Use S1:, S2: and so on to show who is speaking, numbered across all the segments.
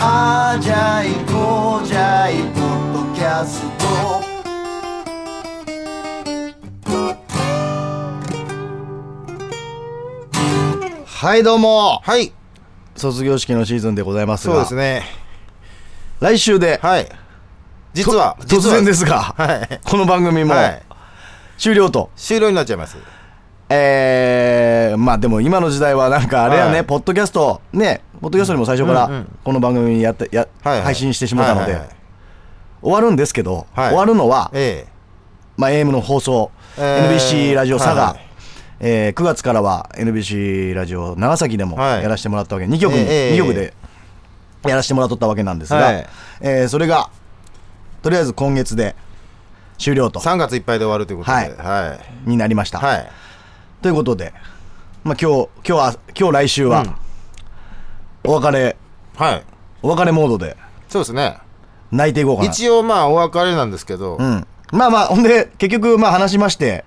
S1: あじゃいこうじゃいポッドキャスト」
S2: はいどうも
S3: はい。
S2: 卒業式のシーズンでございます
S3: そう
S2: が
S3: ですね。
S2: 来週で、
S3: はい。実は、
S2: と突
S3: 実は
S2: 然ですが、
S3: はい
S2: この番組も
S3: はい
S2: 終了と、
S3: 終了になっちゃいます。
S2: えー、まあでも今の時代はなんかあれやね、
S3: はい
S2: ポッドキャストねポッドキャストにも最初か
S3: うんう
S2: ら
S3: ん
S2: この番組やってや、
S3: はいはい
S2: 配信してしまったので、
S3: はいはいはい
S2: 終わるんですけど、
S3: はい
S2: 終わるのは、
S3: え
S2: まあ、AM の放送、
S3: えー
S2: NBC ラジオ佐賀、
S3: はいはい
S2: えー9月からは NBC ラジオ長崎でも
S3: はい
S2: やらせてもらったわけ、2曲に、
S3: えーえー
S2: 二曲でやらせてもらっとったわけなんですが、
S3: はい
S2: えーそれがとりあえず今月で終了
S3: え
S2: と
S3: 3月いっぱいで終わるということで。
S2: はい
S3: はい。
S2: になりました、
S3: はい。
S2: ということで、まあ、今日今日は今日来週は、お別れ
S3: はい。
S2: お別れモードで
S3: そうですね。
S2: 泣いていこうかな
S3: 一応、まあ、お別れなんですけど、
S2: うん、まあまあほんで結局まあ話しまして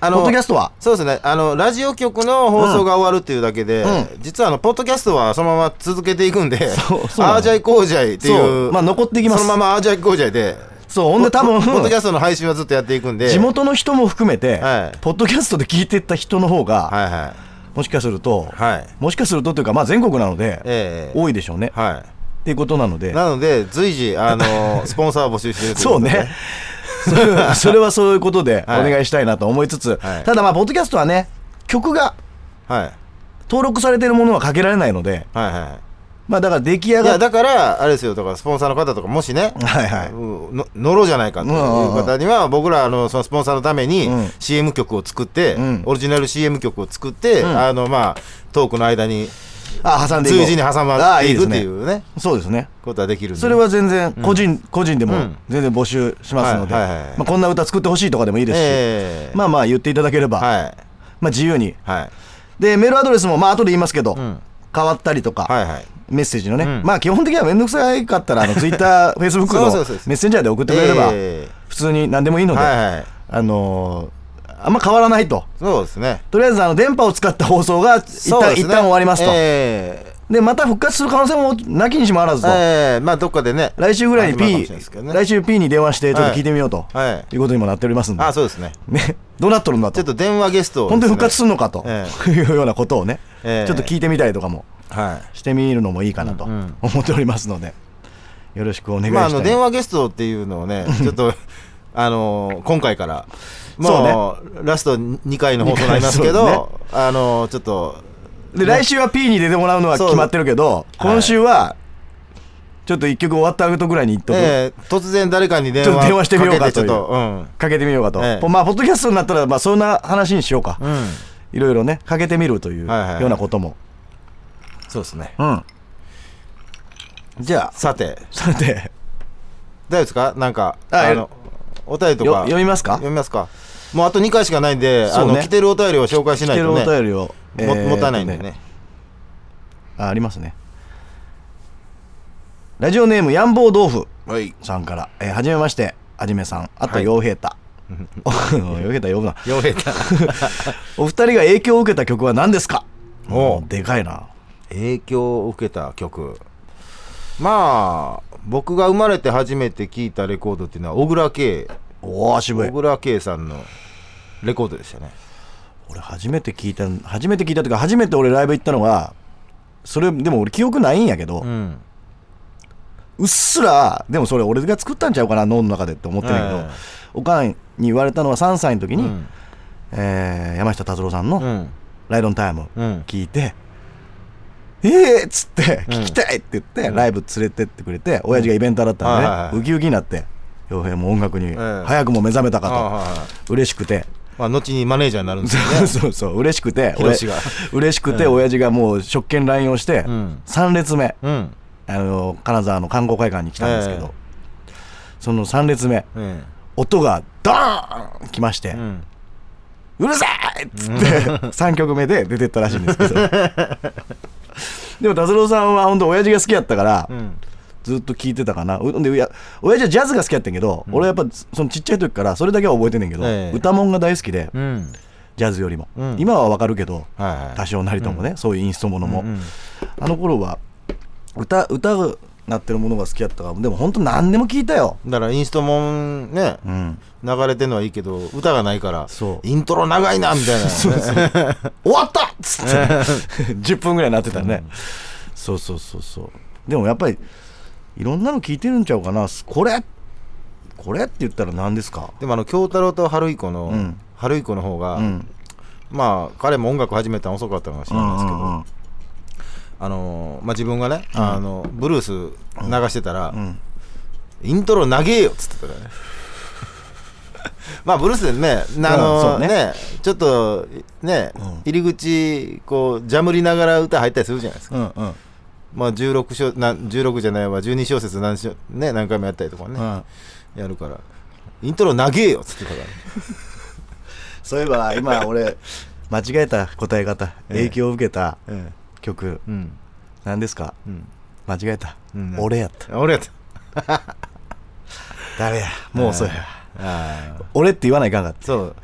S3: あ
S2: ポッドキャストは
S3: そうですね。あの、ラジオ局の放送が終わるっていうだけで、
S2: う
S3: 実は、あの、ポッドキャストはそのまま続けていくんで、
S2: そうそうなの
S3: ああじゃいこうじゃいってい
S2: そう
S3: う、
S2: まあ残っていきます
S3: そのままああじゃいこうじゃいで、
S2: そうほんで多分
S3: ポッドキャストの配信はずっとやっていくんで、
S2: 地元の人も含めて、
S3: はい
S2: ポッドキャストで聞いてった人の方が、
S3: はいはい。
S2: もしかすると、
S3: はい。
S2: もしかするとというか、まあ、全国なので、
S3: ええ
S2: 多いでしょうね、
S3: はい。
S2: っていうことなので、
S3: なので、随時、あ のスポンサー募集してるとい
S2: そう
S3: ことで
S2: ね。、それはそれはそういうことでお
S3: はい
S2: 願いしたいなと思いつつ、
S3: はい
S2: ただ、まあ、ポッドキャストはね、曲が
S3: はい。
S2: 登録されてるものはかけられないので、
S3: はいは
S2: まあ、だから出来上
S3: い。い
S2: が
S3: や、
S2: っ
S3: だから、あれですよ、だから、スポンサーの方とか、もしね、
S2: はい はい
S3: うんの乗ろうじゃないかという方には、僕ら、あの、そのスポンサーのために
S2: うん、
S3: CM 曲を作って、
S2: うん
S3: オリジナル CM 曲を作って、あの、まあ、トークの間に、
S2: あ挟んでいこう
S3: 随時に挟まっていくっていうね、
S2: そうですね。
S3: ことはできるんで。
S2: それは全然個人、個人でも
S3: うん
S2: 全然募集しますので、
S3: はいはいはい
S2: まあ、こんな歌作ってほしいとかでもいいですし、
S3: ええ
S2: まあまあ言っていただければ、
S3: はい。
S2: まあ、自由に
S3: はい。
S2: でメールアドレスもまあ後で言いますけど、
S3: ん
S2: 変わったりとか、
S3: はいはい。
S2: メッセージのね、
S3: うん
S2: まあ基本的には面倒くさいかったらあ のツイッター、フェイスブックの
S3: そ
S2: メ
S3: うそうそうそう
S2: ッセンジャーで送ってくれれば
S3: え
S2: 普通に何でもいいの
S3: え
S2: で、
S3: はいはい。
S2: あのーあんま変わらないと
S3: そうですね。
S2: とりあえずあの電波を使った放送が一
S3: そう
S2: 旦,、
S3: です
S2: 一
S3: ね
S2: 旦終わりますと、
S3: ええ
S2: でまた復活する可能性もなきにしもあらずと、
S3: ええまあどっかでね
S2: 来週ぐらいに
S3: 始まるか
S2: P
S3: もしれないですけどね
S2: 来週 P に電話してちょっと聞いてみようと、
S3: はい
S2: い
S3: はいう
S2: ことにもなっておりますんで
S3: あそうですね
S2: ね、どうなっとるんだ
S3: ちょ
S2: と
S3: っと電話ゲストをです
S2: 本
S3: ね、
S2: 当に復活するのかと、
S3: え
S2: いうようなことをね、
S3: ええ
S2: ちょっと聞いてみたりとかも
S3: は
S2: してみるのもいいかなと
S3: うんうん
S2: 思っておりますので、よろしくお願い
S3: い
S2: し
S3: まあ
S2: ま
S3: あ
S2: す、
S3: の電話ゲストっていうの をねちょっとあのー今回から
S2: そうね
S3: もうラスト2回の放送になりますけ
S2: 二回そ
S3: ど、あのーちょっと
S2: で来週は P に出てもらうのは決まってるけど、
S3: そう
S2: 今週はちょっと一曲終わった後ぐらいに言っとく、
S3: ええ突然誰かに電
S2: ちょっと
S3: 話
S2: 電話してみようかという
S3: けてちょっとうん
S2: かけてみようかと、
S3: ええ
S2: まあポッドキャストになったらまあそんな話にしようか、
S3: うん
S2: いろいろねかけてみるという
S3: はいはいはい
S2: ようなことも、
S3: そうですね
S2: うんじゃあ
S3: さて
S2: さて
S3: 大丈夫ですかなんか
S2: あ
S3: あのお便りと
S2: よ
S3: か
S2: 読みますか
S3: 読みますかもうあと2回しかないんで、あ
S2: そう
S3: の
S2: ね
S3: 来てるお便りを紹介し
S2: 来
S3: ない
S2: てる
S3: と
S2: お
S3: ね
S2: 便りを、
S3: も
S2: えー
S3: もったいないんでね
S2: あありますねラジオネームやんぼう豆腐
S3: はい
S2: さんから、えー、はじめましてはじめさんあと
S3: はい
S2: 傭兵太 傭兵太呼ぶな
S3: 4レタ
S2: お二人が影響を受けた曲は何ですか
S3: おう
S2: でかいな
S3: 影響を受けた曲まあ僕が生まれて初めて聴いたレコードっていうのは小倉圭
S2: おお渋い
S3: 小倉圭さんのレコードでしたね
S2: 俺初めて聞いた初めて聞いたというか初めて俺ライブ行ったのがそれでも俺記憶ないんやけど、う
S3: うん
S2: っすらでもそれ俺が作ったんちゃうかな脳の中でって思ってないけど、
S3: ええ
S2: おかんに言われたのは3歳の時
S3: う
S2: に、
S3: ん
S2: えー山下達郎さんの
S3: う
S2: 「
S3: ん
S2: ライドンタイム」
S3: うん
S2: 聞いて、えーっつって、
S3: うん
S2: 聞きたいって言って、
S3: ん
S2: ライブ連れてってくれて、親父がイベンターだったんで
S3: はいはいは
S2: ね、
S3: い
S2: ウキウキになって、洋平も音楽に
S3: え
S2: 早くも目覚めた
S3: あ
S2: か
S3: はいはい
S2: と、嬉しくて、
S3: まあ後にマネージャーになるんですよね
S2: そうそう、嬉しくて、
S3: ヒロシが
S2: 俺嬉しくて、親父がもう職権乱用して
S3: うん、
S2: 3列目、
S3: うん
S2: あの金沢の観光会館に来たんですけ
S3: え
S2: ど、その3列目、
S3: え
S2: 音がドーン来まして
S3: えう、ん
S2: うるさいっつって3曲目で出てったらしいんですけ どでも達郎さんは本当親父が好きやったから
S3: うん
S2: ずっと聴いてたかなうんでいや親父はジャズが好きやったんやけど、俺はやっぱそのちっちゃい時からそれだけは覚えてんねんけど、
S3: ええ
S2: 歌もんが大好きで
S3: うん
S2: ジャズよりも、
S3: うん
S2: 今はわかるけど
S3: はいはい
S2: 多少なりともね、そういうインストものも、
S3: うん
S2: あの頃は歌歌うなってるものが好きやったからでも本当何でも聞いたよ
S3: だからインストもんね、
S2: うん
S3: 流れてんのはいいけど歌がないから
S2: そう
S3: イントロ長いなみたいな、
S2: 終わったっつって 10分ぐらいなってたね、そうそうそうそうでもやっぱりいろんなの聞いてるんちゃうかなこれこれって言ったら何ですか
S3: でもあの京太郎と春彦の、
S2: うん
S3: 春彦の方が、
S2: うん
S3: まあ彼も音楽始めたの遅かったかもし
S2: う
S3: れない
S2: ん
S3: ですけ
S2: う
S3: ど、
S2: ん
S3: あのーまあ、自分がね、
S2: うん
S3: あのブルース流してたら、
S2: うん
S3: イントロ長えよっつってたからね まあブルースでねなあ
S2: うん
S3: の
S2: そう
S3: ね
S2: ね
S3: ちょっとね、
S2: うん
S3: 入り口こうジャムりながら歌入ったりするじゃないですか、
S2: うんうんうん
S3: まあ、16, 小な16じゃないわ12小節何し、ね、何回もやったりとかね、
S2: うん
S3: やるからイントロ長えよっつってたから、ね、
S2: そういえば今俺間違えた答え方
S3: ええ
S2: 影響を受けた
S3: え
S2: 曲
S3: えうん
S2: 何ですか
S3: うん
S2: 間違えた、
S3: うん
S2: 俺やった
S3: 俺やった
S2: 誰やもうそうや、
S3: ああ
S2: 俺って言わないかんかった
S3: そう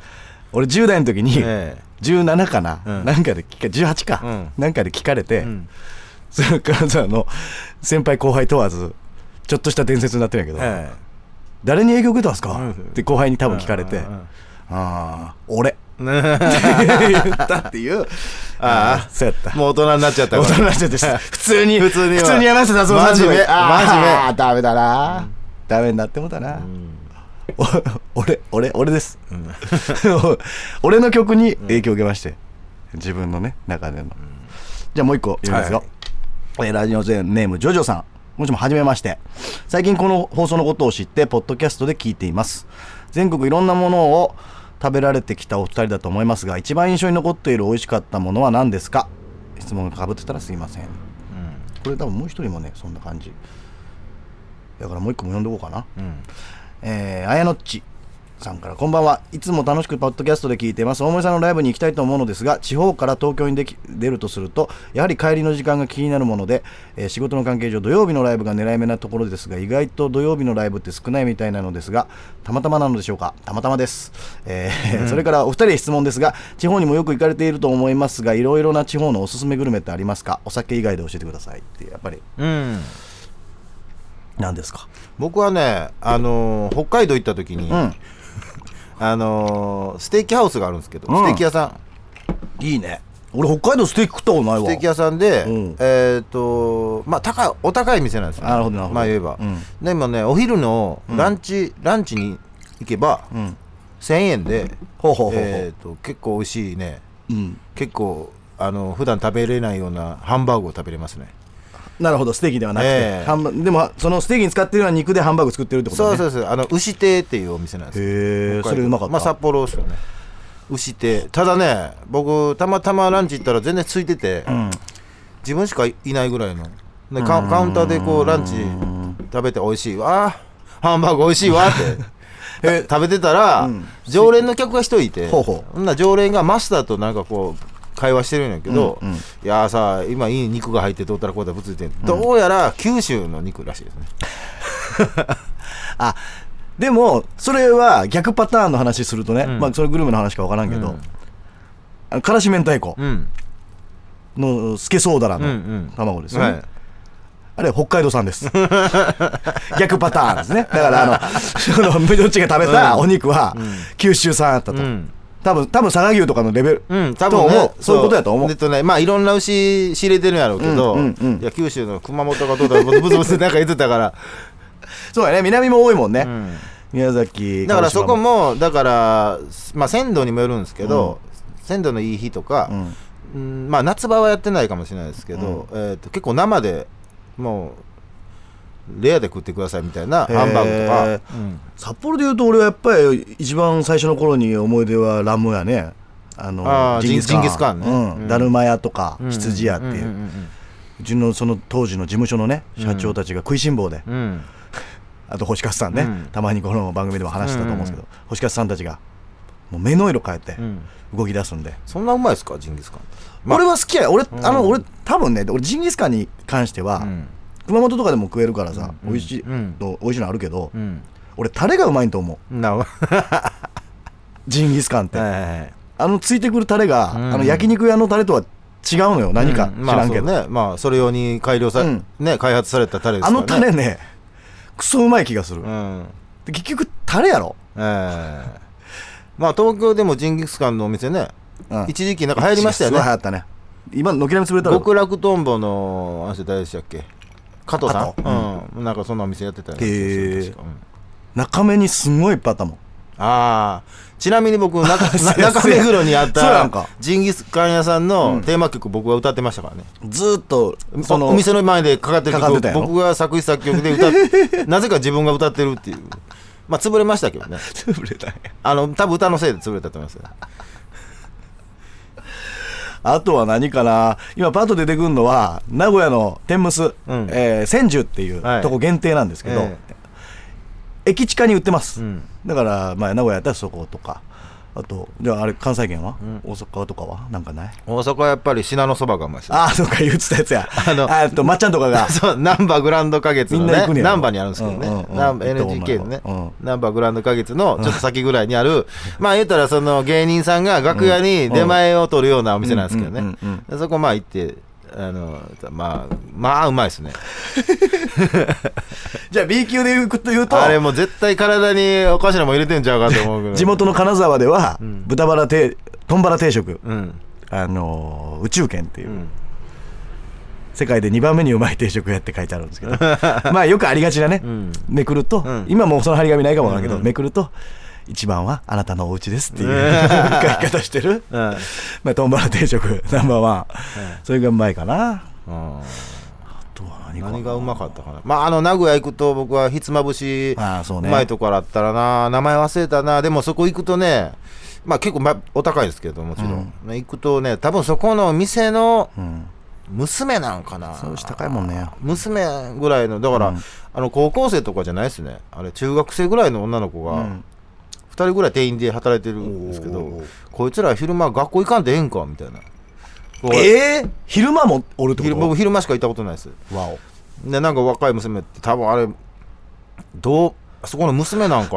S2: 俺10代の時に、
S3: え
S2: 17かな、
S3: うん
S2: なんかで聞か18か、
S3: うん
S2: なんかで聞かれて、
S3: えうん
S2: それからさあの先輩後輩問わずちょっとした伝説になってるんやけど、
S3: え
S2: 誰に影響受けたんすか、
S3: うん
S2: って後輩に多分聞かれて、
S3: うんうんうん
S2: ああ俺って
S3: えねえ
S2: 言ったって いう
S3: ああ
S2: そうやった
S3: もう大人になっちゃった
S2: 大
S3: から
S2: 人になっちゃって 普通に
S3: 普通には
S2: 普通にやらせたそう
S3: 真面目真面目
S2: ああダメだな、ダメになってもうたな、お 俺俺俺です、 俺の曲に影響を受けまして自分のね中での、じゃあもう一個言いますよ、えーラジオネームジョジョさんもしもはじめまして最近この放送のことを知ってポッドキャストで聞いています全国いろんなものを食べられてきたお二人だと思いますが一番印象に残っている美味しかったものは何ですか質問がかぶってたらすいませんこれ多分もう一人もねそんな感じだからもう一個も読んでおこうかな
S3: うんうん
S2: えー、あやのっちさんからこんばんはいつも楽しくポッドキャストで聞いています大森さんのライブに行きたいと思うのですが地方から東京にでき出るとするとやはり帰りの時間が気になるもので、えー仕事の関係上土曜日のライブが狙い目なところですが意外と土曜日のライブって少ないみたいなのですがたまたまなのでしょうかたまたまです、えーそれからお二人へ質問ですが地方にもよく行かれていると思いますがいろいろな地方のおすすめグルメってありますかお酒以外で教えてくださいってやっぱり
S3: うん
S2: 何ですか
S3: 僕はね、あのー北海道行った時に、
S2: うん
S3: あのーステーキハウスがあるんですけど、
S2: うん
S3: ステーキ屋さん
S2: いいね俺北海道ステーキ食ったことないわ
S3: ステーキ屋さんで、
S2: うん
S3: えっ、とまあ高いお高い店なんですよ、
S2: なるほどなるほど
S3: まあ言えば、
S2: うん
S3: でもねお昼のランチ、ランチに行けば、
S2: うん
S3: 1000円で
S2: ほうほうほうほう
S3: えーと結構美味しいね
S2: うん、
S3: 結構あの普段食べれないようなハンバーグを食べれますね
S2: なるほどステーキではなくて、
S3: ええ
S2: ハンバでもそのステーキに使ってるのは肉でハンバーグ作ってるってこと
S3: そう
S2: ね
S3: そうそうあの牛亭っていうお店なんですよ
S2: へえ
S3: 北海道
S2: それうまかった、
S3: まあ、札幌ですよね牛亭ただね僕たまたまランチ行ったら全然空いてて、
S2: うん、
S3: 自分しかいないぐらいのでカウンカウンターでこうランチ食べて美味しいわハンバーグ美味しい わって
S2: え
S3: 食べてたら、
S2: うん
S3: 常連の客が一人いて
S2: ほうほ
S3: んな常連がマスターとなんかこう会話してるんやけど、
S2: うんうん
S3: いやーさ今いい肉が入ってどうたらこうたらぶついてん、どうやら九州の肉らしいですね
S2: あでもそれは逆パターンの話するとね、
S3: うん
S2: まあそれグルメの話か分からんけど、
S3: うん
S2: あのからし明太子
S3: うん
S2: のスケソーダラ
S3: うんう
S2: の
S3: ん
S2: 卵ですよね、
S3: はい
S2: あれ北海道産です 逆パターンですねだからあ のそのどっちが食べたお肉は九州産やったと、
S3: うん
S2: 多分多分佐賀牛とかのレベル、
S3: うん、多分、
S2: と
S3: ね、
S2: 思うそういうことやと思う
S3: でとね、まあ、いろんな牛仕入れてるんやろうけど、
S2: うんうんうん
S3: いや九州の熊本がどうだろう、ブツブツなんか言って たから、
S2: そうやね南も多いもんね、
S3: うん
S2: 宮崎
S3: だからそこ
S2: 鹿児島
S3: も、だから、まあ、鮮度にもよるんですけど、鮮度のいい日とか、
S2: うん
S3: うんまあ、夏場はやってないかもしれないですけど、えー、と結構生でもう、レアで食ってくださいみたいな
S2: へー
S3: ハンバーグとか、うん
S2: 札幌でいうと俺はやっぱり一番最初の頃に思い出はラムやねあの
S3: あージンギスカンね
S2: うん
S3: うん
S2: だるま屋とか羊屋って
S3: ん
S2: い
S3: ん
S2: ううちのその当時の事務所のね
S3: うん
S2: 社長たちが食いしん坊で、
S3: うんうんうん
S2: あと星勝さんね、
S3: うん
S2: たまにこの番組でも話したと思うんですけど、
S3: う
S2: 星勝さんたちがもう目の色変えて
S3: うん
S2: 動き出すんで、
S3: そんなうまいですか、ジンギスカンって。まあ
S2: 俺は好きや俺、
S3: ん
S2: あの俺多分ね俺ジンギスカンに関しては、
S3: うん
S2: 熊本とかでも食えるからさ、
S3: うん
S2: 美味しい
S3: うん
S2: の、美味しいのあるけど、
S3: うん
S2: 俺タレがうまいと思う
S3: なは
S2: ジンギスカンって、
S3: いはいはい
S2: あのついてくるタレが、
S3: うん
S2: あの焼肉屋のタレとは違うのよ何か
S3: う
S2: 知らんけど、
S3: まあそうねまあそれ用に改良さ、
S2: うん
S3: ね開発されたタレです
S2: あ
S3: からね
S2: のタレねクソうまい気がする、
S3: うん
S2: で結局タレやろ、
S3: ええまあ東京でもジンギスカンのお店ね、
S2: うん
S3: 一時期なんか流行りましたよ
S2: すごい流
S3: ね
S2: 行ったね今軒並み潰れた
S3: 極
S2: ろ
S3: 楽とんぼのあの人誰でしたっけ加藤さん
S2: 加藤
S3: うん、なんかそんなお店やってたよね
S2: へえ
S3: 確かうん
S2: 中目にすんごいいっぱいあったもん
S3: ああちなみに 僕中
S2: そうや
S3: な中目黒にあっ
S2: そうや
S3: た
S2: んか
S3: ジンギスカン屋さんのテーマ曲僕が歌ってましたからね、
S2: ずーっとその
S3: お店の前でかかってる
S2: かかっ
S3: 曲
S2: てたやろ
S3: 僕が作詞作曲で歌ってなぜか自分が歌ってるっていうまあ潰れましたけどね
S2: 潰れたね
S3: あの多分歌のせいで潰れたと思いますよ
S2: あとは何かな今パッと出てくるのは名古屋の天むす、
S3: ん
S2: えー千住っていう
S3: はい
S2: とこ限定なんですけど、
S3: え
S2: 駅地下に売ってます、
S3: うん
S2: だから、まあ、名古屋やったらそことかあとじゃああれ関西圏は、
S3: ん
S2: 大阪とかはなんかない
S3: 大阪はやっぱり品のそばがうまいですよ
S2: ああそうか言ってたやつやあ
S3: あの
S2: えっとまっちゃんとか が
S3: そう、ナンバーグランド花月の
S2: みんな行
S3: ね
S2: くね、やろ
S3: ナンバーにあるんですけど
S2: うんうん
S3: ね、
S2: うん
S3: ナンバー
S2: 行ったことない
S3: NGK のね
S2: う、
S3: ナンバーグランド花月のちょっと先ぐらいに ある、まあ言ったらその芸人さんが楽屋に出前を取るようなお店なんですけど
S2: うんうん
S3: ね
S2: うんうん、
S3: でそこまあ行って、あの、まあ、まあうまいですね。
S2: じゃあ B 級で言うと言うと
S3: あれもう絶対体におかしなもん入れてんちゃうかと思うけ ど。
S2: 地元の金沢では、
S3: ん
S2: 豚バラ定豚バラ定食、
S3: うん。
S2: あのー宇宙圏っていうう、
S3: ん。
S2: 世界で2番目にうまい定食屋って書いてあるん ですけどまあよくありがちなね、
S3: うん
S2: めくると、
S3: うん
S2: 今もうその張り紙ないかもわからんけど、
S3: うん
S2: めくると一番はあなたのお家ですっていう
S3: ね
S2: 書き方してる、
S3: うん
S2: まあ、トンバラ定食ナンバーワン、それがうまいかな
S3: うん
S2: あとは何かな
S3: 何がうまかったかな、まあ、あの名古屋行くと僕はひつまぶし
S2: ああそう
S3: う
S2: ね
S3: まいところあったらな名前忘れたなでもそこ行くとねまあ結構、まあ、お高いですけどもちろん、ね行くとね多分そこの店の
S2: うん
S3: 娘なんかな
S2: そうし高いもんね
S3: 娘ぐらいのだから、
S2: うん
S3: あの高校生とかじゃないですねあれ中学生ぐらいの女の子
S2: う
S3: が
S2: ん
S3: 2人ぐらい店員で働いてるんですけど、
S2: おー
S3: こいつら昼間学校行かんでええんかみたいな
S2: えー、昼間もおるってこ
S3: 昼
S2: と
S3: 僕昼間しか行ったことないです
S2: わお
S3: でなんか若い娘って多分あれどうあそこの娘なんか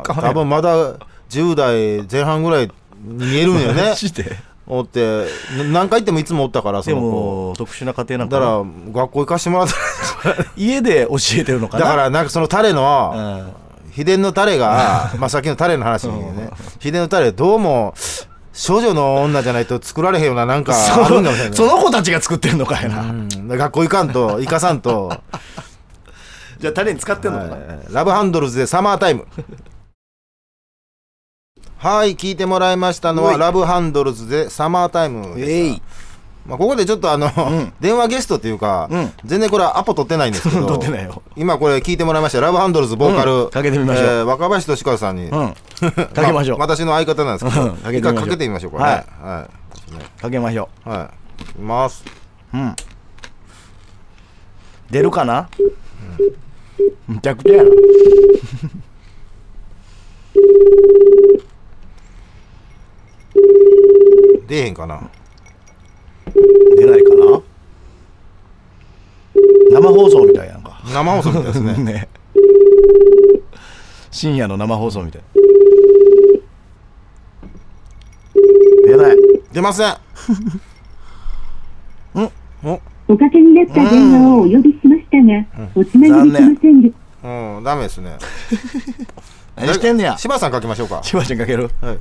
S2: あかんやん
S3: 多分まだ10代前半ぐらいに見えるんよね
S2: マジで
S3: おってな何回行ってもいつもおったからそ
S2: で
S3: の子
S2: も特殊な家庭な
S3: だ
S2: んか
S3: か
S2: な
S3: ら学校行かしてもらった
S2: 家で教えてるのかな
S3: だからなんかそのタレの、
S2: うん
S3: 秘伝のタ レがまあさっきのタレの話にね秘伝のタレどうも少女の女じゃないと作られへんようななんかあるんかもしれない
S2: その子たちが作ってるのかやな、
S3: うん学校行かんと行かさんと、は
S2: じゃあタレに使ってんのかな、
S3: いラブハンドルズでサマータイム はい聞いてもらいましたの
S2: お
S3: はいラブハンドルズでサマータイムでした
S2: えい
S3: まあ、ここでちょっとあの、
S2: ん
S3: 電話ゲストっていうか、
S2: うん
S3: 全然これアポ取ってないんですけど
S2: 取ってないよ
S3: 今これ聞いてもらいましたラブハンドルズボーカル、
S2: うんかけてみましょう
S3: えー若林俊和さん
S2: う
S3: に、
S2: んかけましょう、
S3: あ私の相方なんですけ
S2: うん
S3: ど
S2: かけてみ
S3: 一
S2: ましょう
S3: 回かけてみましょうかねは
S2: かけましょ
S3: いはい、はい、いきます
S2: ううん出るかな、むちゃくちゃやな
S3: 出えへんかな
S2: 出ないかな生放送みたいやんか
S3: 生放送みたいですね
S2: ね深夜の生放送みたい出ない
S3: 出ません
S2: うん
S3: お
S4: おかけになった電話をお呼びしましたが、おつなぎできませんでした。
S3: うん、ダメですね。
S2: 何してんねやし
S3: 柴さんかけましょうか。
S2: ばちゃんかける
S3: はい。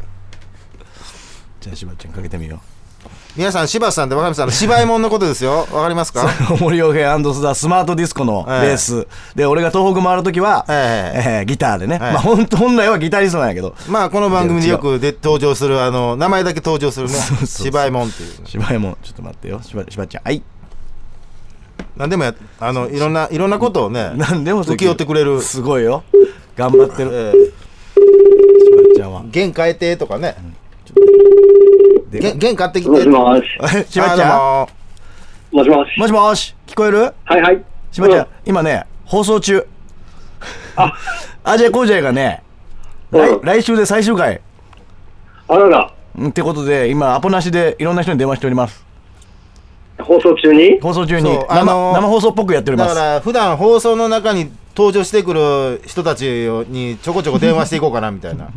S2: じゃあしばちゃんかけてみよう
S3: 皆さん、柴さんってわかりますあの、芝居もんのことですよ。わかりますか
S2: 森洋平須田スマートディスコのベース、で俺が東北回る時は、
S3: え
S2: えーギターでね、
S3: はい
S2: まあ本当本来はギタリストなんやけど
S3: まあ、この番組でよくで登場する、あの、名前だけ登場するね。芝居もんっていうね。
S2: 芝居もちょっと待ってよしばしばちゃんはい
S3: 何でもや、あの、いろんな、いろんなことをね、
S2: 何でも
S3: 請け負ってくれる。
S2: すごいよ頑張ってる
S3: え
S2: しばちゃんは
S3: ー、弦変えてとかね。
S2: で
S3: 弦、弦買ってきて。
S5: もしもし。
S2: えしばちゃ
S3: あ
S5: もしもし
S2: ん。もしもし聞こえる
S5: はいはい。
S2: しばちゃん、
S5: うん
S2: 今ね放送中 アジアコージャイがね来
S5: うん
S2: 来週で最終回
S5: あらら、
S2: うんってことで今アポなしでいろんな人に電話しております
S5: 放送中に
S2: 放送中に
S3: そう
S2: 生,、
S3: あのー
S2: 生放送っぽくやってお
S3: ど
S2: りま
S3: だか
S2: す
S3: ら、普段放送の中に登場してくる人たちにちょこちょこ電話していこうかな、みたいな。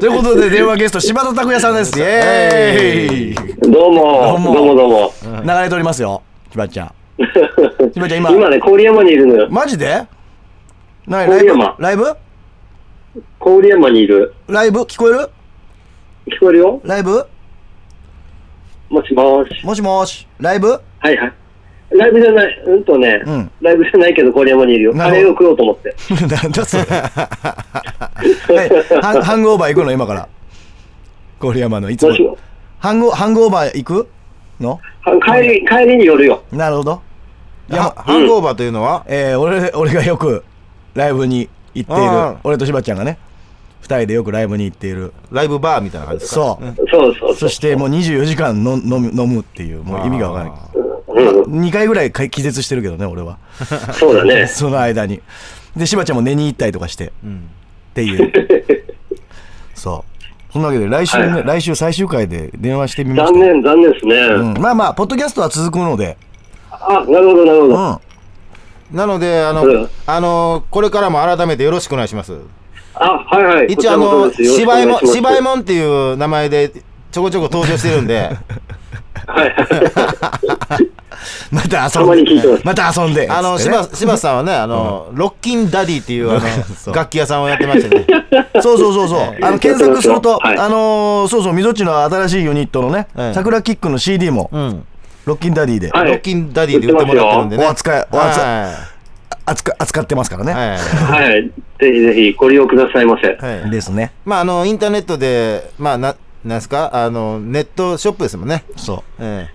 S2: ということで電話ゲスト柴田拓也さ んです
S3: イエーイ
S5: どうも、
S2: どう
S5: ど
S2: も
S5: うもどうも。
S2: 流れておりますよ柴ちゃん柴ちゃん今
S5: 今ね、郡山にいるのよ。
S2: マジでなライ
S5: 郡
S2: ブ
S5: 山
S2: ライブ
S5: 郡山にいる。
S2: ライブ聞こえる
S5: 聞こえるよ
S2: ライブ
S5: もしもし。
S2: もしもしライブ
S5: はいはい。ライブじゃない、うんとね、
S2: うん
S5: ライブじゃないけど郡山にいるよ。
S2: なるほ
S5: カ
S2: ど
S5: レーを食おうと思って。
S2: なんだそれ。はい、ハンハングオーバー行くの今から。郡山のいつも
S5: もし。も。
S2: ハングハングオーバー行くの
S5: は帰り、帰りによるよ。
S2: なるほど。い
S3: は
S2: や、
S3: ハングオーバーというのは
S2: えー俺俺がよくライブに行ってい
S3: あ
S2: る
S3: あ、
S2: 俺としばちゃんがね、二人でよくライブに行っている。
S3: ライブバーみたいな感じですか
S2: そ。
S5: そうそううそ。
S2: そうしてもう24時間の飲む飲むっていう、もう意味がわからない。
S5: うん、
S2: 2回ぐらいか気絶してるけどね、俺は。
S5: そうだ ね。
S2: その間に。で、しばちゃんも寝に行ったりとかして。
S3: うん
S2: っていう。 そう。そんなわけで、来週ね、
S5: はいはい
S2: 来週最終回で電話してみました。
S5: 残念、残念ですね。
S2: うんまあまあ、ポッドキャストは続くので、
S5: あ、なるほど、なるほ
S2: う
S5: ど。
S2: ん。
S3: なのであ
S5: うん
S3: のあのこれからも改めてよろしくお願いします
S5: あ、はいはい。
S3: 一応あの芝居も芝居
S5: も。
S3: もんっていう名前でちょこちょこ登場してる んで
S5: はいはい。
S2: また
S5: たま
S2: 遊ん
S5: に聞いてま
S2: で。
S5: す
S2: また遊んで。
S3: あの
S2: つってね
S3: 柴柴さんはねあのロッキンダディっていうあ
S2: そ
S3: の
S2: う
S3: 楽器屋さんをやってまし たね
S2: そうそうそうそう。あの、検索すると、
S5: はい
S2: あのーそうそう、みぞっちの新しいユニットのね、
S3: はい
S2: 桜キックの CD も、
S3: うん
S2: ロッキンダディで、
S5: はい
S3: ロッキンダディで売ってもらってるんでね
S2: お扱いお扱い
S3: は
S2: 扱扱ってますから
S3: い
S2: ね。
S3: はい
S5: はい。ぜひぜひご利用くださいませ。はい
S3: はい
S2: ですね。
S3: まあ、あの、インターネットで、まあ、な、なんすか、あの、ネットショップですもんね。
S2: そ
S3: え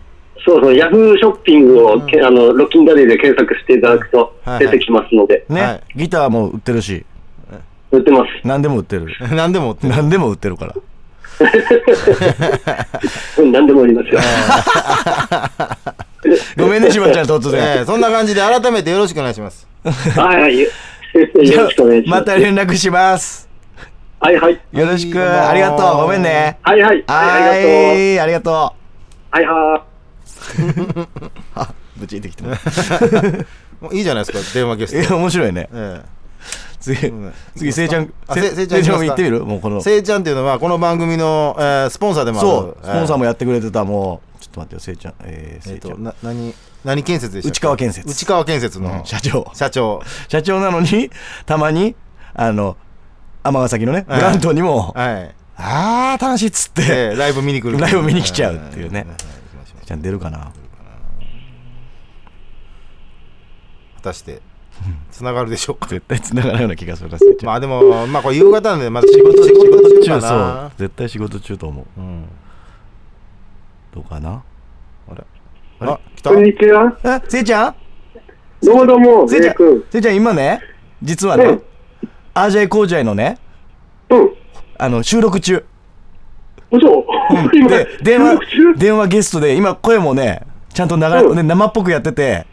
S5: そうそう、ヤフーショッピングを、けあの、ロッキンダディで検索していただくと
S3: はいはい
S5: 出てきますので、
S2: う。ね、
S3: はい
S2: ギターも売ってるし、
S5: 売ってます。
S2: 何でも売ってる。
S3: え 何でも売ってる。
S2: 何でも売ってるから。
S5: うん、何でも売りますよ。
S2: ごめんね、しばちゃん、突然。
S3: ええそんな感じで、改めてよろしくお願いします。
S5: はいはい。 よ ろしくお願いします。
S2: また連絡します。
S5: はいはい。
S2: よろしく。
S3: はいどうも
S2: ありがとう。ごめんね。
S5: はいはい。はい、ありがとう。
S2: ありがと
S5: はいは
S2: う。ぶちってきて ね。
S3: もういいじゃないですか、電話ゲ
S2: え
S3: スト。
S2: 面白いね。
S3: え
S2: 次、次、せいちゃん、
S3: あせせいちゃ
S2: せい
S3: ん
S2: ちゃんも
S3: 行きますか
S2: 行ってみるもうこの。
S3: え
S2: そ
S3: せいちゃんっていうのは、この番組の、えースポンサーでもある。
S2: う、スポンサー
S3: も。
S2: もやってくれてた、もう。ちょっと待ってよ、せいちゃん。えー、
S3: え
S2: せ
S3: っ
S2: いちゃ
S3: と、
S2: ん。
S3: な、何、何建設でしたっけ
S2: 内川建設
S3: 内川建設の
S2: 社長。
S3: 社長。
S2: 社長なのに、たまに、あの、尼崎のね、ブ
S3: はい
S2: ラントにも、
S3: はい。
S2: あー、楽しいっつって、
S3: ええライブ見に来る。
S2: ライブ見に来ちゃうっていうね
S3: はははい行きましょう
S2: せいちゃん出るかな。
S3: 果たして、つながるでしょうか。
S2: 絶対繋がらないような気がするな、せいちゃん。
S3: まあでも、まあこれ夕方なんで、まだ仕
S2: 仕
S3: 事
S2: 事
S3: 仕
S2: 仕
S3: 事
S2: 事
S3: 中
S2: 中、
S3: かな
S2: そう。。絶対仕事中と思う。
S3: うん
S2: どうかな。
S3: あれ来
S5: い。
S3: た
S5: こんにちは。
S2: え、せいちゃん
S5: どうもどうも、
S2: せい
S5: レ
S2: ち
S5: イ
S2: ゃん
S5: 君。、
S2: せいちゃん、今ね、実は
S5: う
S2: ね
S5: ん、
S2: アージャイコージャイのね、
S5: うん。
S2: あの、収録中。
S5: 嘘 今、
S2: で、電
S5: 収
S2: 話
S5: 録中、
S2: 電話ゲストで、今声もね、ちゃんと流
S5: う
S2: れ、
S5: ん
S2: ね、生っぽくやってて、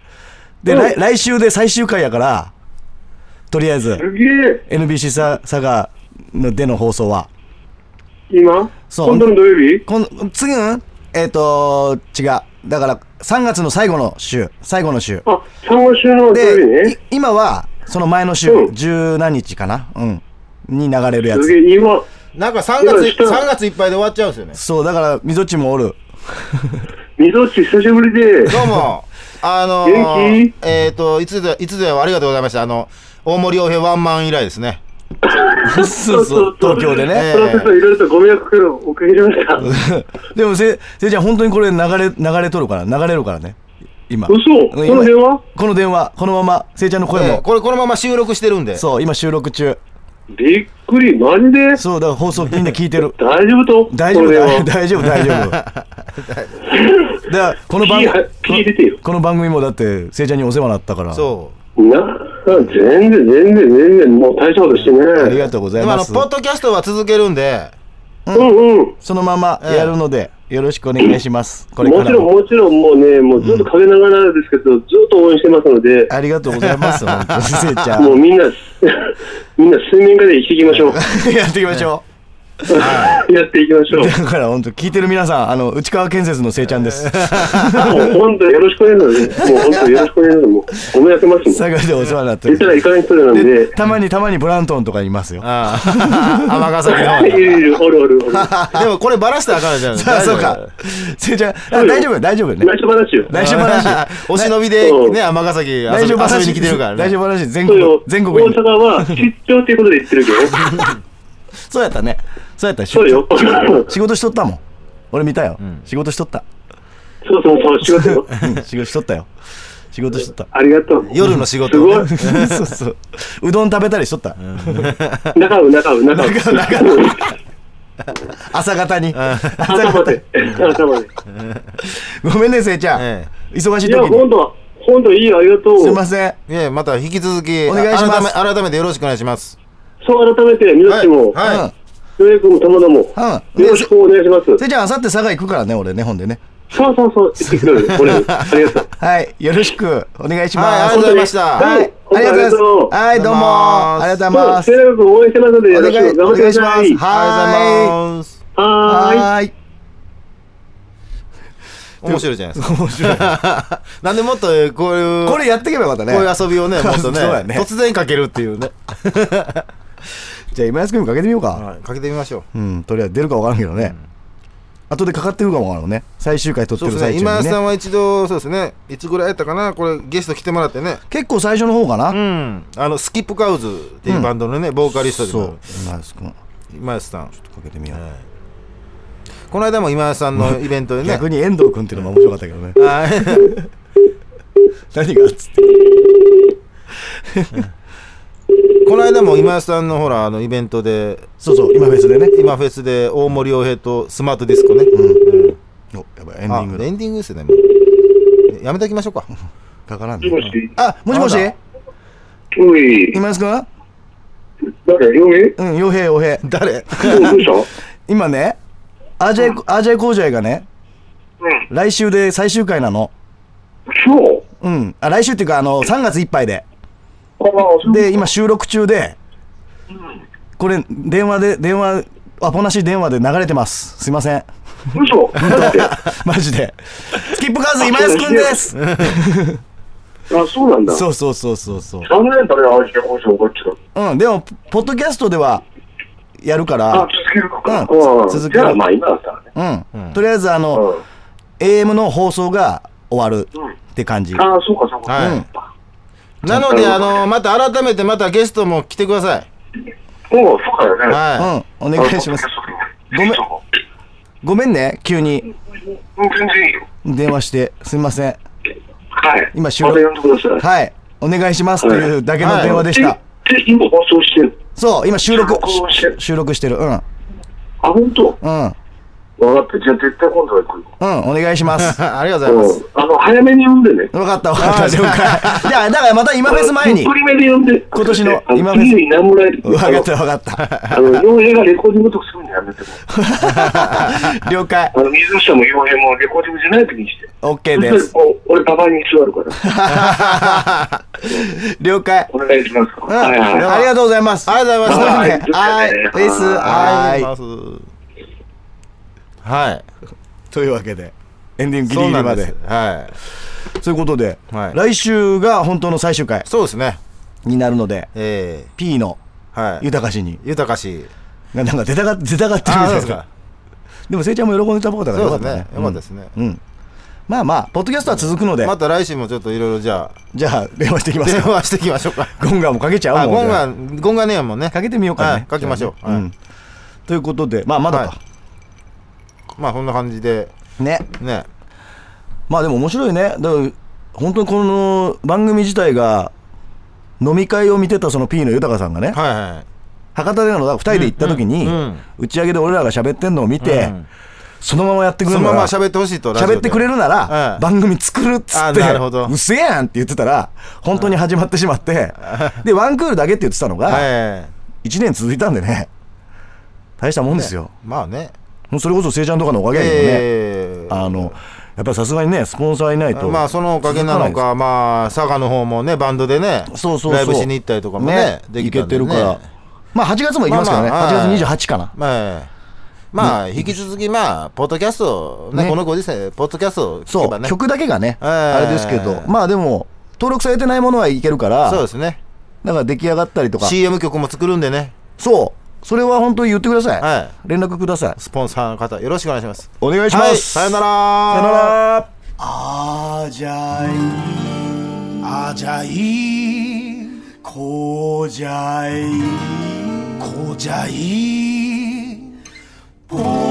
S2: で、
S5: うん
S2: 来来週で最終回やから、とりあえず、
S5: すげえ。
S2: NBC さ佐賀のでの放送は。
S5: 今
S2: そう
S5: 今度の土曜日
S2: この、次の、えっと、違う。だから、3月の最後の週、最後の週。
S5: あ、三号週の土曜日
S2: で、い
S5: ね。
S2: 今は、その前の週
S5: う、ん
S2: 十何日かなうん。に流れるや
S5: す
S2: つ。
S5: げえ、今。
S3: なんか3
S5: 今
S3: 月、
S5: 来た
S3: 三月いっぱいで終わっちゃうんですよね。
S2: そう、だから、みぞっちもお る。
S5: みぞっち久しぶりで。
S3: どうも、 あの
S5: 元
S3: ー
S5: 気、
S3: えっと、いつで、いつでもありがとうございました。あの、大森洋平ワンマン以来ですね。
S2: そうそう、東京でね。
S5: その説はいろいろとご迷惑かけるおかけしました。
S2: でもせ、せいちゃん、本当にこれ流れ、流れとるから、流れるからね。今。
S5: 嘘
S2: うん
S5: この
S2: 今
S5: 電話
S2: この電話、このまま、せいちゃんの声
S3: えー
S2: も。
S3: これ、このまま収録してるんで。
S2: そう、今収録中。
S5: びっくり、マジで。
S2: そう、だから放送みんな聞いてる
S5: 大丈夫と
S2: 大丈夫、
S5: これ
S2: 大
S5: は
S2: 丈夫、大丈夫。だから、この番
S5: ピーはピー出てよ
S2: この番組もだって、せいちゃんにお世話になったから。
S3: そ
S5: な、全然、全然、全然、もう大したことしてね。
S2: ありがとうご
S3: う。
S2: ざ
S3: で
S2: い
S3: も、あ
S2: ま
S3: の、
S2: す。
S3: ポッドキャストは続けるんで、
S5: うんうん。
S2: そのままやるので、よろしくお願いします。これか
S5: もち
S2: ら
S5: ろん、
S2: も。
S5: もちろん、もうね、もうずっと陰ながらですけど、ずっと応援してますので、
S2: ありがとうございます、本当にせいちゃ。
S5: もう ん みんな、みんな水面下で生きていきましょう。
S2: やっていきましょう。
S5: やっていきましょう。
S2: だから本当聞いてる皆さんあの内川建設のせいちゃんです
S5: もう本当よろしくお願いします。もう本当よろしくお願いします。もうごめんなさいますもん。
S2: 佐賀でお世話になって
S5: 出たら
S2: る
S5: 行かない人なん
S2: で
S5: で。
S2: たまにたまにブラントンとかいますよ
S3: あ あ尼崎の方
S5: いるいる、おるおるおる。
S3: にでもこれバラしたらあかんのじゃん
S2: あ そうかせいちゃんあ大丈夫大丈夫よね
S5: 内緒話よ。
S2: 大丈夫 話
S3: お忍びで
S5: そう
S3: ね尼崎遊
S2: 大
S3: び
S2: 丈夫
S3: 遊び
S2: 話
S3: に来てるからね
S2: 大丈夫話全
S5: そう
S2: 国
S5: よ。
S2: 全国
S5: 大
S2: に
S5: 阪は出張ということで言ってるけど。
S2: そうやったねそうやった
S5: そうよ。
S2: 仕事しとったもん俺見たよ、仕事しとった、
S5: そうそうそう、仕事 よ。
S2: うん、仕事しとったよ仕事しとっ
S5: ありがとう。
S3: 夜の仕事
S5: すご
S2: た
S5: い。
S2: そうそううどん食べたりしとった、
S5: 仲う、仲う、仲う。
S2: 仲
S5: う。
S2: 朝方に
S5: 朝 まで。朝まで。
S2: ごめんねせいちゃん、
S3: え
S2: 忙しい
S5: いや、
S2: 時
S5: 今
S2: に
S5: 度は、今度いいよ、ありがとう。
S2: すいません
S3: いやまた引き続き
S2: お願いします
S3: 改め改めてよろしくお願いします
S5: そう、改めて、みなっちも、
S3: はい
S2: うん
S5: よえくんも、玉田も、よ
S2: うん
S5: ろしくお願いします。
S2: せいちゃんあさって佐賀行くからね俺ねほんでね
S5: そうそうそう、言ってくれる。俺、ありがとう。
S2: はいよろしくお願いしま
S3: はいあ
S2: す
S3: りがとうございました
S2: はいありがとうございます
S5: は
S2: はいどうもあ
S3: あ
S2: り
S3: り
S2: が
S3: が
S2: とう
S3: と
S5: い
S2: ございます
S5: せいくん応援してますので、よろしく頑張ってください。
S2: は
S3: ありがとうございます
S5: はーい。
S2: はーい
S3: 面白いじゃないですか面白い なんでもっとこういう
S2: これやってけばよかったね
S3: こういう遊びをね、もっとね
S2: そうやね、
S3: 突然かけるっていうね。
S2: じゃあ今安くんもかけてみようか、
S3: かけてみましょう。
S2: うん、とりあえず出るか分からんけどね、後でかかってくるかも分からんね最終回撮って
S3: そう
S2: る
S3: です
S2: 最
S3: ね、
S2: 中に
S3: 今
S2: ね
S3: 田さんは一度、そうですね、いつぐらいやったかな、これ、ゲスト来てもらってね。
S2: 結構最初の方かな、
S3: うん、あのスキップカウズっていうバンドのね、ボーカリストで
S2: そ
S3: もある
S2: う今安くんか
S3: 今安さん
S2: けてみよう、
S3: この間も今安さんのイベントでね
S2: 逆に遠藤くんっていうのも面白かったけどね
S3: はい
S2: 何がっつって
S3: この間も今安さんのほらあのイベントで
S2: そうそう今別でね
S3: 今フェスで大森洋平とスマートディスコね、
S2: おやばいエンデ
S3: あ
S2: ィング
S3: エ
S2: だ
S3: ンディングですよねもうやめときましょうか
S2: かからんね
S5: もしもし、
S2: あもしもし
S3: あら
S5: おい、
S2: 今安くん
S5: 誰、よえ
S2: うん傭兵傭兵
S3: 誰
S5: どうした
S2: 今ねアジェイ、アジェイコージャイがね
S5: うん、
S2: 来週で最終回なの
S5: 今日
S2: うんあ来週っていうかあの3月いっぱいで
S5: ああ、そう
S2: で今収録中で、これ電話で電話アポなし電話で流れてますすいません
S5: 嘘 だって。
S2: マジでスキップカーズ今安くんです
S5: あ、そうなんだ。
S2: そうそうそうそうそう
S5: 残念だね、あいつ、こいつ、こっちが。
S2: うんでもポッドキャストではやるか
S5: あ
S2: ら、
S5: 続けるのか。
S2: うん
S5: うん
S2: 続ける
S5: じゃあ、まあ、今だったらね。
S2: うん、とりあえずあの、
S5: うん
S2: AM の放送が終わる
S5: うん
S2: って感じ、
S5: ああ、そうか、そうか。
S3: はい
S5: うん
S3: なのであのまた改めてまたゲストも来てください
S5: おうそうだよね。
S3: は
S2: うんお願いします
S5: ご
S2: めんごめんね急に
S5: うん、全然いいよ。
S2: 電話してすいません
S5: はい。
S2: 今収
S5: ま
S2: 録
S5: た呼んでください。
S2: はいお願いしますというだけの電話でした、
S5: え、え今放送してる。
S2: そう今収録
S5: 収録をしてる
S2: 収録してるうん
S5: あ、本当。
S2: うん
S5: わかった。じゃあ、絶対今度は行くよ。
S2: うん、お願いします。
S3: いありがとうございます
S5: うん。あの、早めに呼んでね。
S2: わかったわかった、了 解。じゃあ、だからまた今フェス前に。
S5: ゆっ
S2: わ
S5: くりめで呼んで。
S2: 今年の
S5: あ
S2: 今フェス
S5: 次に何もない。
S2: かったわか
S5: あの、洋平がレコーディングとかするのやめても。
S2: った。 了解。
S5: あの、水下も洋平もレコーディングじゃない時にして。
S2: OK
S5: そ
S2: で
S5: し
S2: す
S5: た。らこう俺、ババに座るから。
S2: 了解。
S5: お願いします。
S2: うん、
S5: はいはい。
S2: ありがとうございます。
S3: ありがとうございます
S5: はい
S2: ねはい、です。
S3: はい
S2: は
S3: はい
S2: い。というわけで、エンディングギリ
S3: そ
S2: ギ
S3: うな
S2: リ
S3: ん
S2: ま
S3: です
S2: で。
S3: はい
S2: そういうことで、
S3: はい
S2: 来週が本当の最終回
S3: そうですね
S2: になるので、
S3: え
S2: P の
S3: えはい
S2: 豊かしに、
S3: 豊かし
S2: ななんか出たが出たがってるじゃ
S3: あ
S2: ないうで
S3: そですす
S2: か
S3: か。
S2: でも、せいちゃんも喜んでた方だからよか
S3: そ
S2: っ
S3: うで
S2: た
S3: すね
S2: ね。
S3: よかったですね
S2: うん。うんまあまあ、ポッドキャストは続くので、
S3: また来週もちょっといろいろじゃ
S2: じゃあ、電話していき
S3: あ
S2: ます
S3: 電
S2: か。
S3: 話していきましょうか
S2: ゴンガーもかけちゃ
S3: あ
S2: うも
S3: ゴ
S2: ん
S3: ン
S2: じゃ あ
S3: ガンゴンガンネアンもね
S2: かけてみようか
S3: は
S2: ね
S3: いかけましょう
S2: じゃあね
S3: はい
S2: んということでまあまだ
S3: は
S2: か
S3: まあそんな感じで
S2: ね
S3: ね
S2: まあでも面白いねだから本当にこの番組自体が飲み会を見てたその P の豊さんがね
S3: はいはい
S2: 博多での2人で行った時に
S3: うんうん
S2: 打ち上げで俺らが喋ってんのを見て
S3: うん
S2: そのままやってくれ
S3: そ
S2: る
S3: の
S2: な
S3: まま
S2: ら
S3: 喋ってほしいとラジオで
S2: 喋ってくれるなら
S3: うん
S2: 番組作るっつ
S3: あ
S2: って
S3: なるほど
S2: うっせえやんって言ってたら本当に始まってしまって でワンクールだけって言ってたのが
S3: は
S2: 1年続いたんでね大したもんですよ
S3: いまあね
S2: もうそれこそせいちゃんとかのおかげやけどね、
S3: ええ
S2: あのやっぱりさすがにねスポンサーいないと
S3: まあそのおかげなの
S2: 続ない
S3: か、まあ佐賀の方もね、バンドでね、
S2: そうそうそう
S3: ライブしに行ったりとかも
S2: ね
S3: ね、できたんで
S2: いけてるからまあ8月も行きますからね、
S3: まあまあ
S2: 8
S3: はい
S2: 月28日かな
S3: まあ、まあ、引き続き、まあ、ポッドキャスト、ね、
S2: ね
S3: このご時世、ポッドキャストを聞
S2: そ
S3: け
S2: う、
S3: ばね、
S2: 曲だけがね、
S3: えー
S2: あれですけどまあでも登録されてないものはいけるから
S3: そうですね、
S2: だから出来上がったりとか
S3: CM 曲も作るんでね、
S2: そうそれは本当に言ってください、
S3: は
S2: 連絡ください
S3: スポンサーの方、よろしくお願いします。
S2: お願いします、
S3: はい、さよなら。
S2: さよなら
S1: あじゃいあじゃいこうじゃいこうじゃいぽ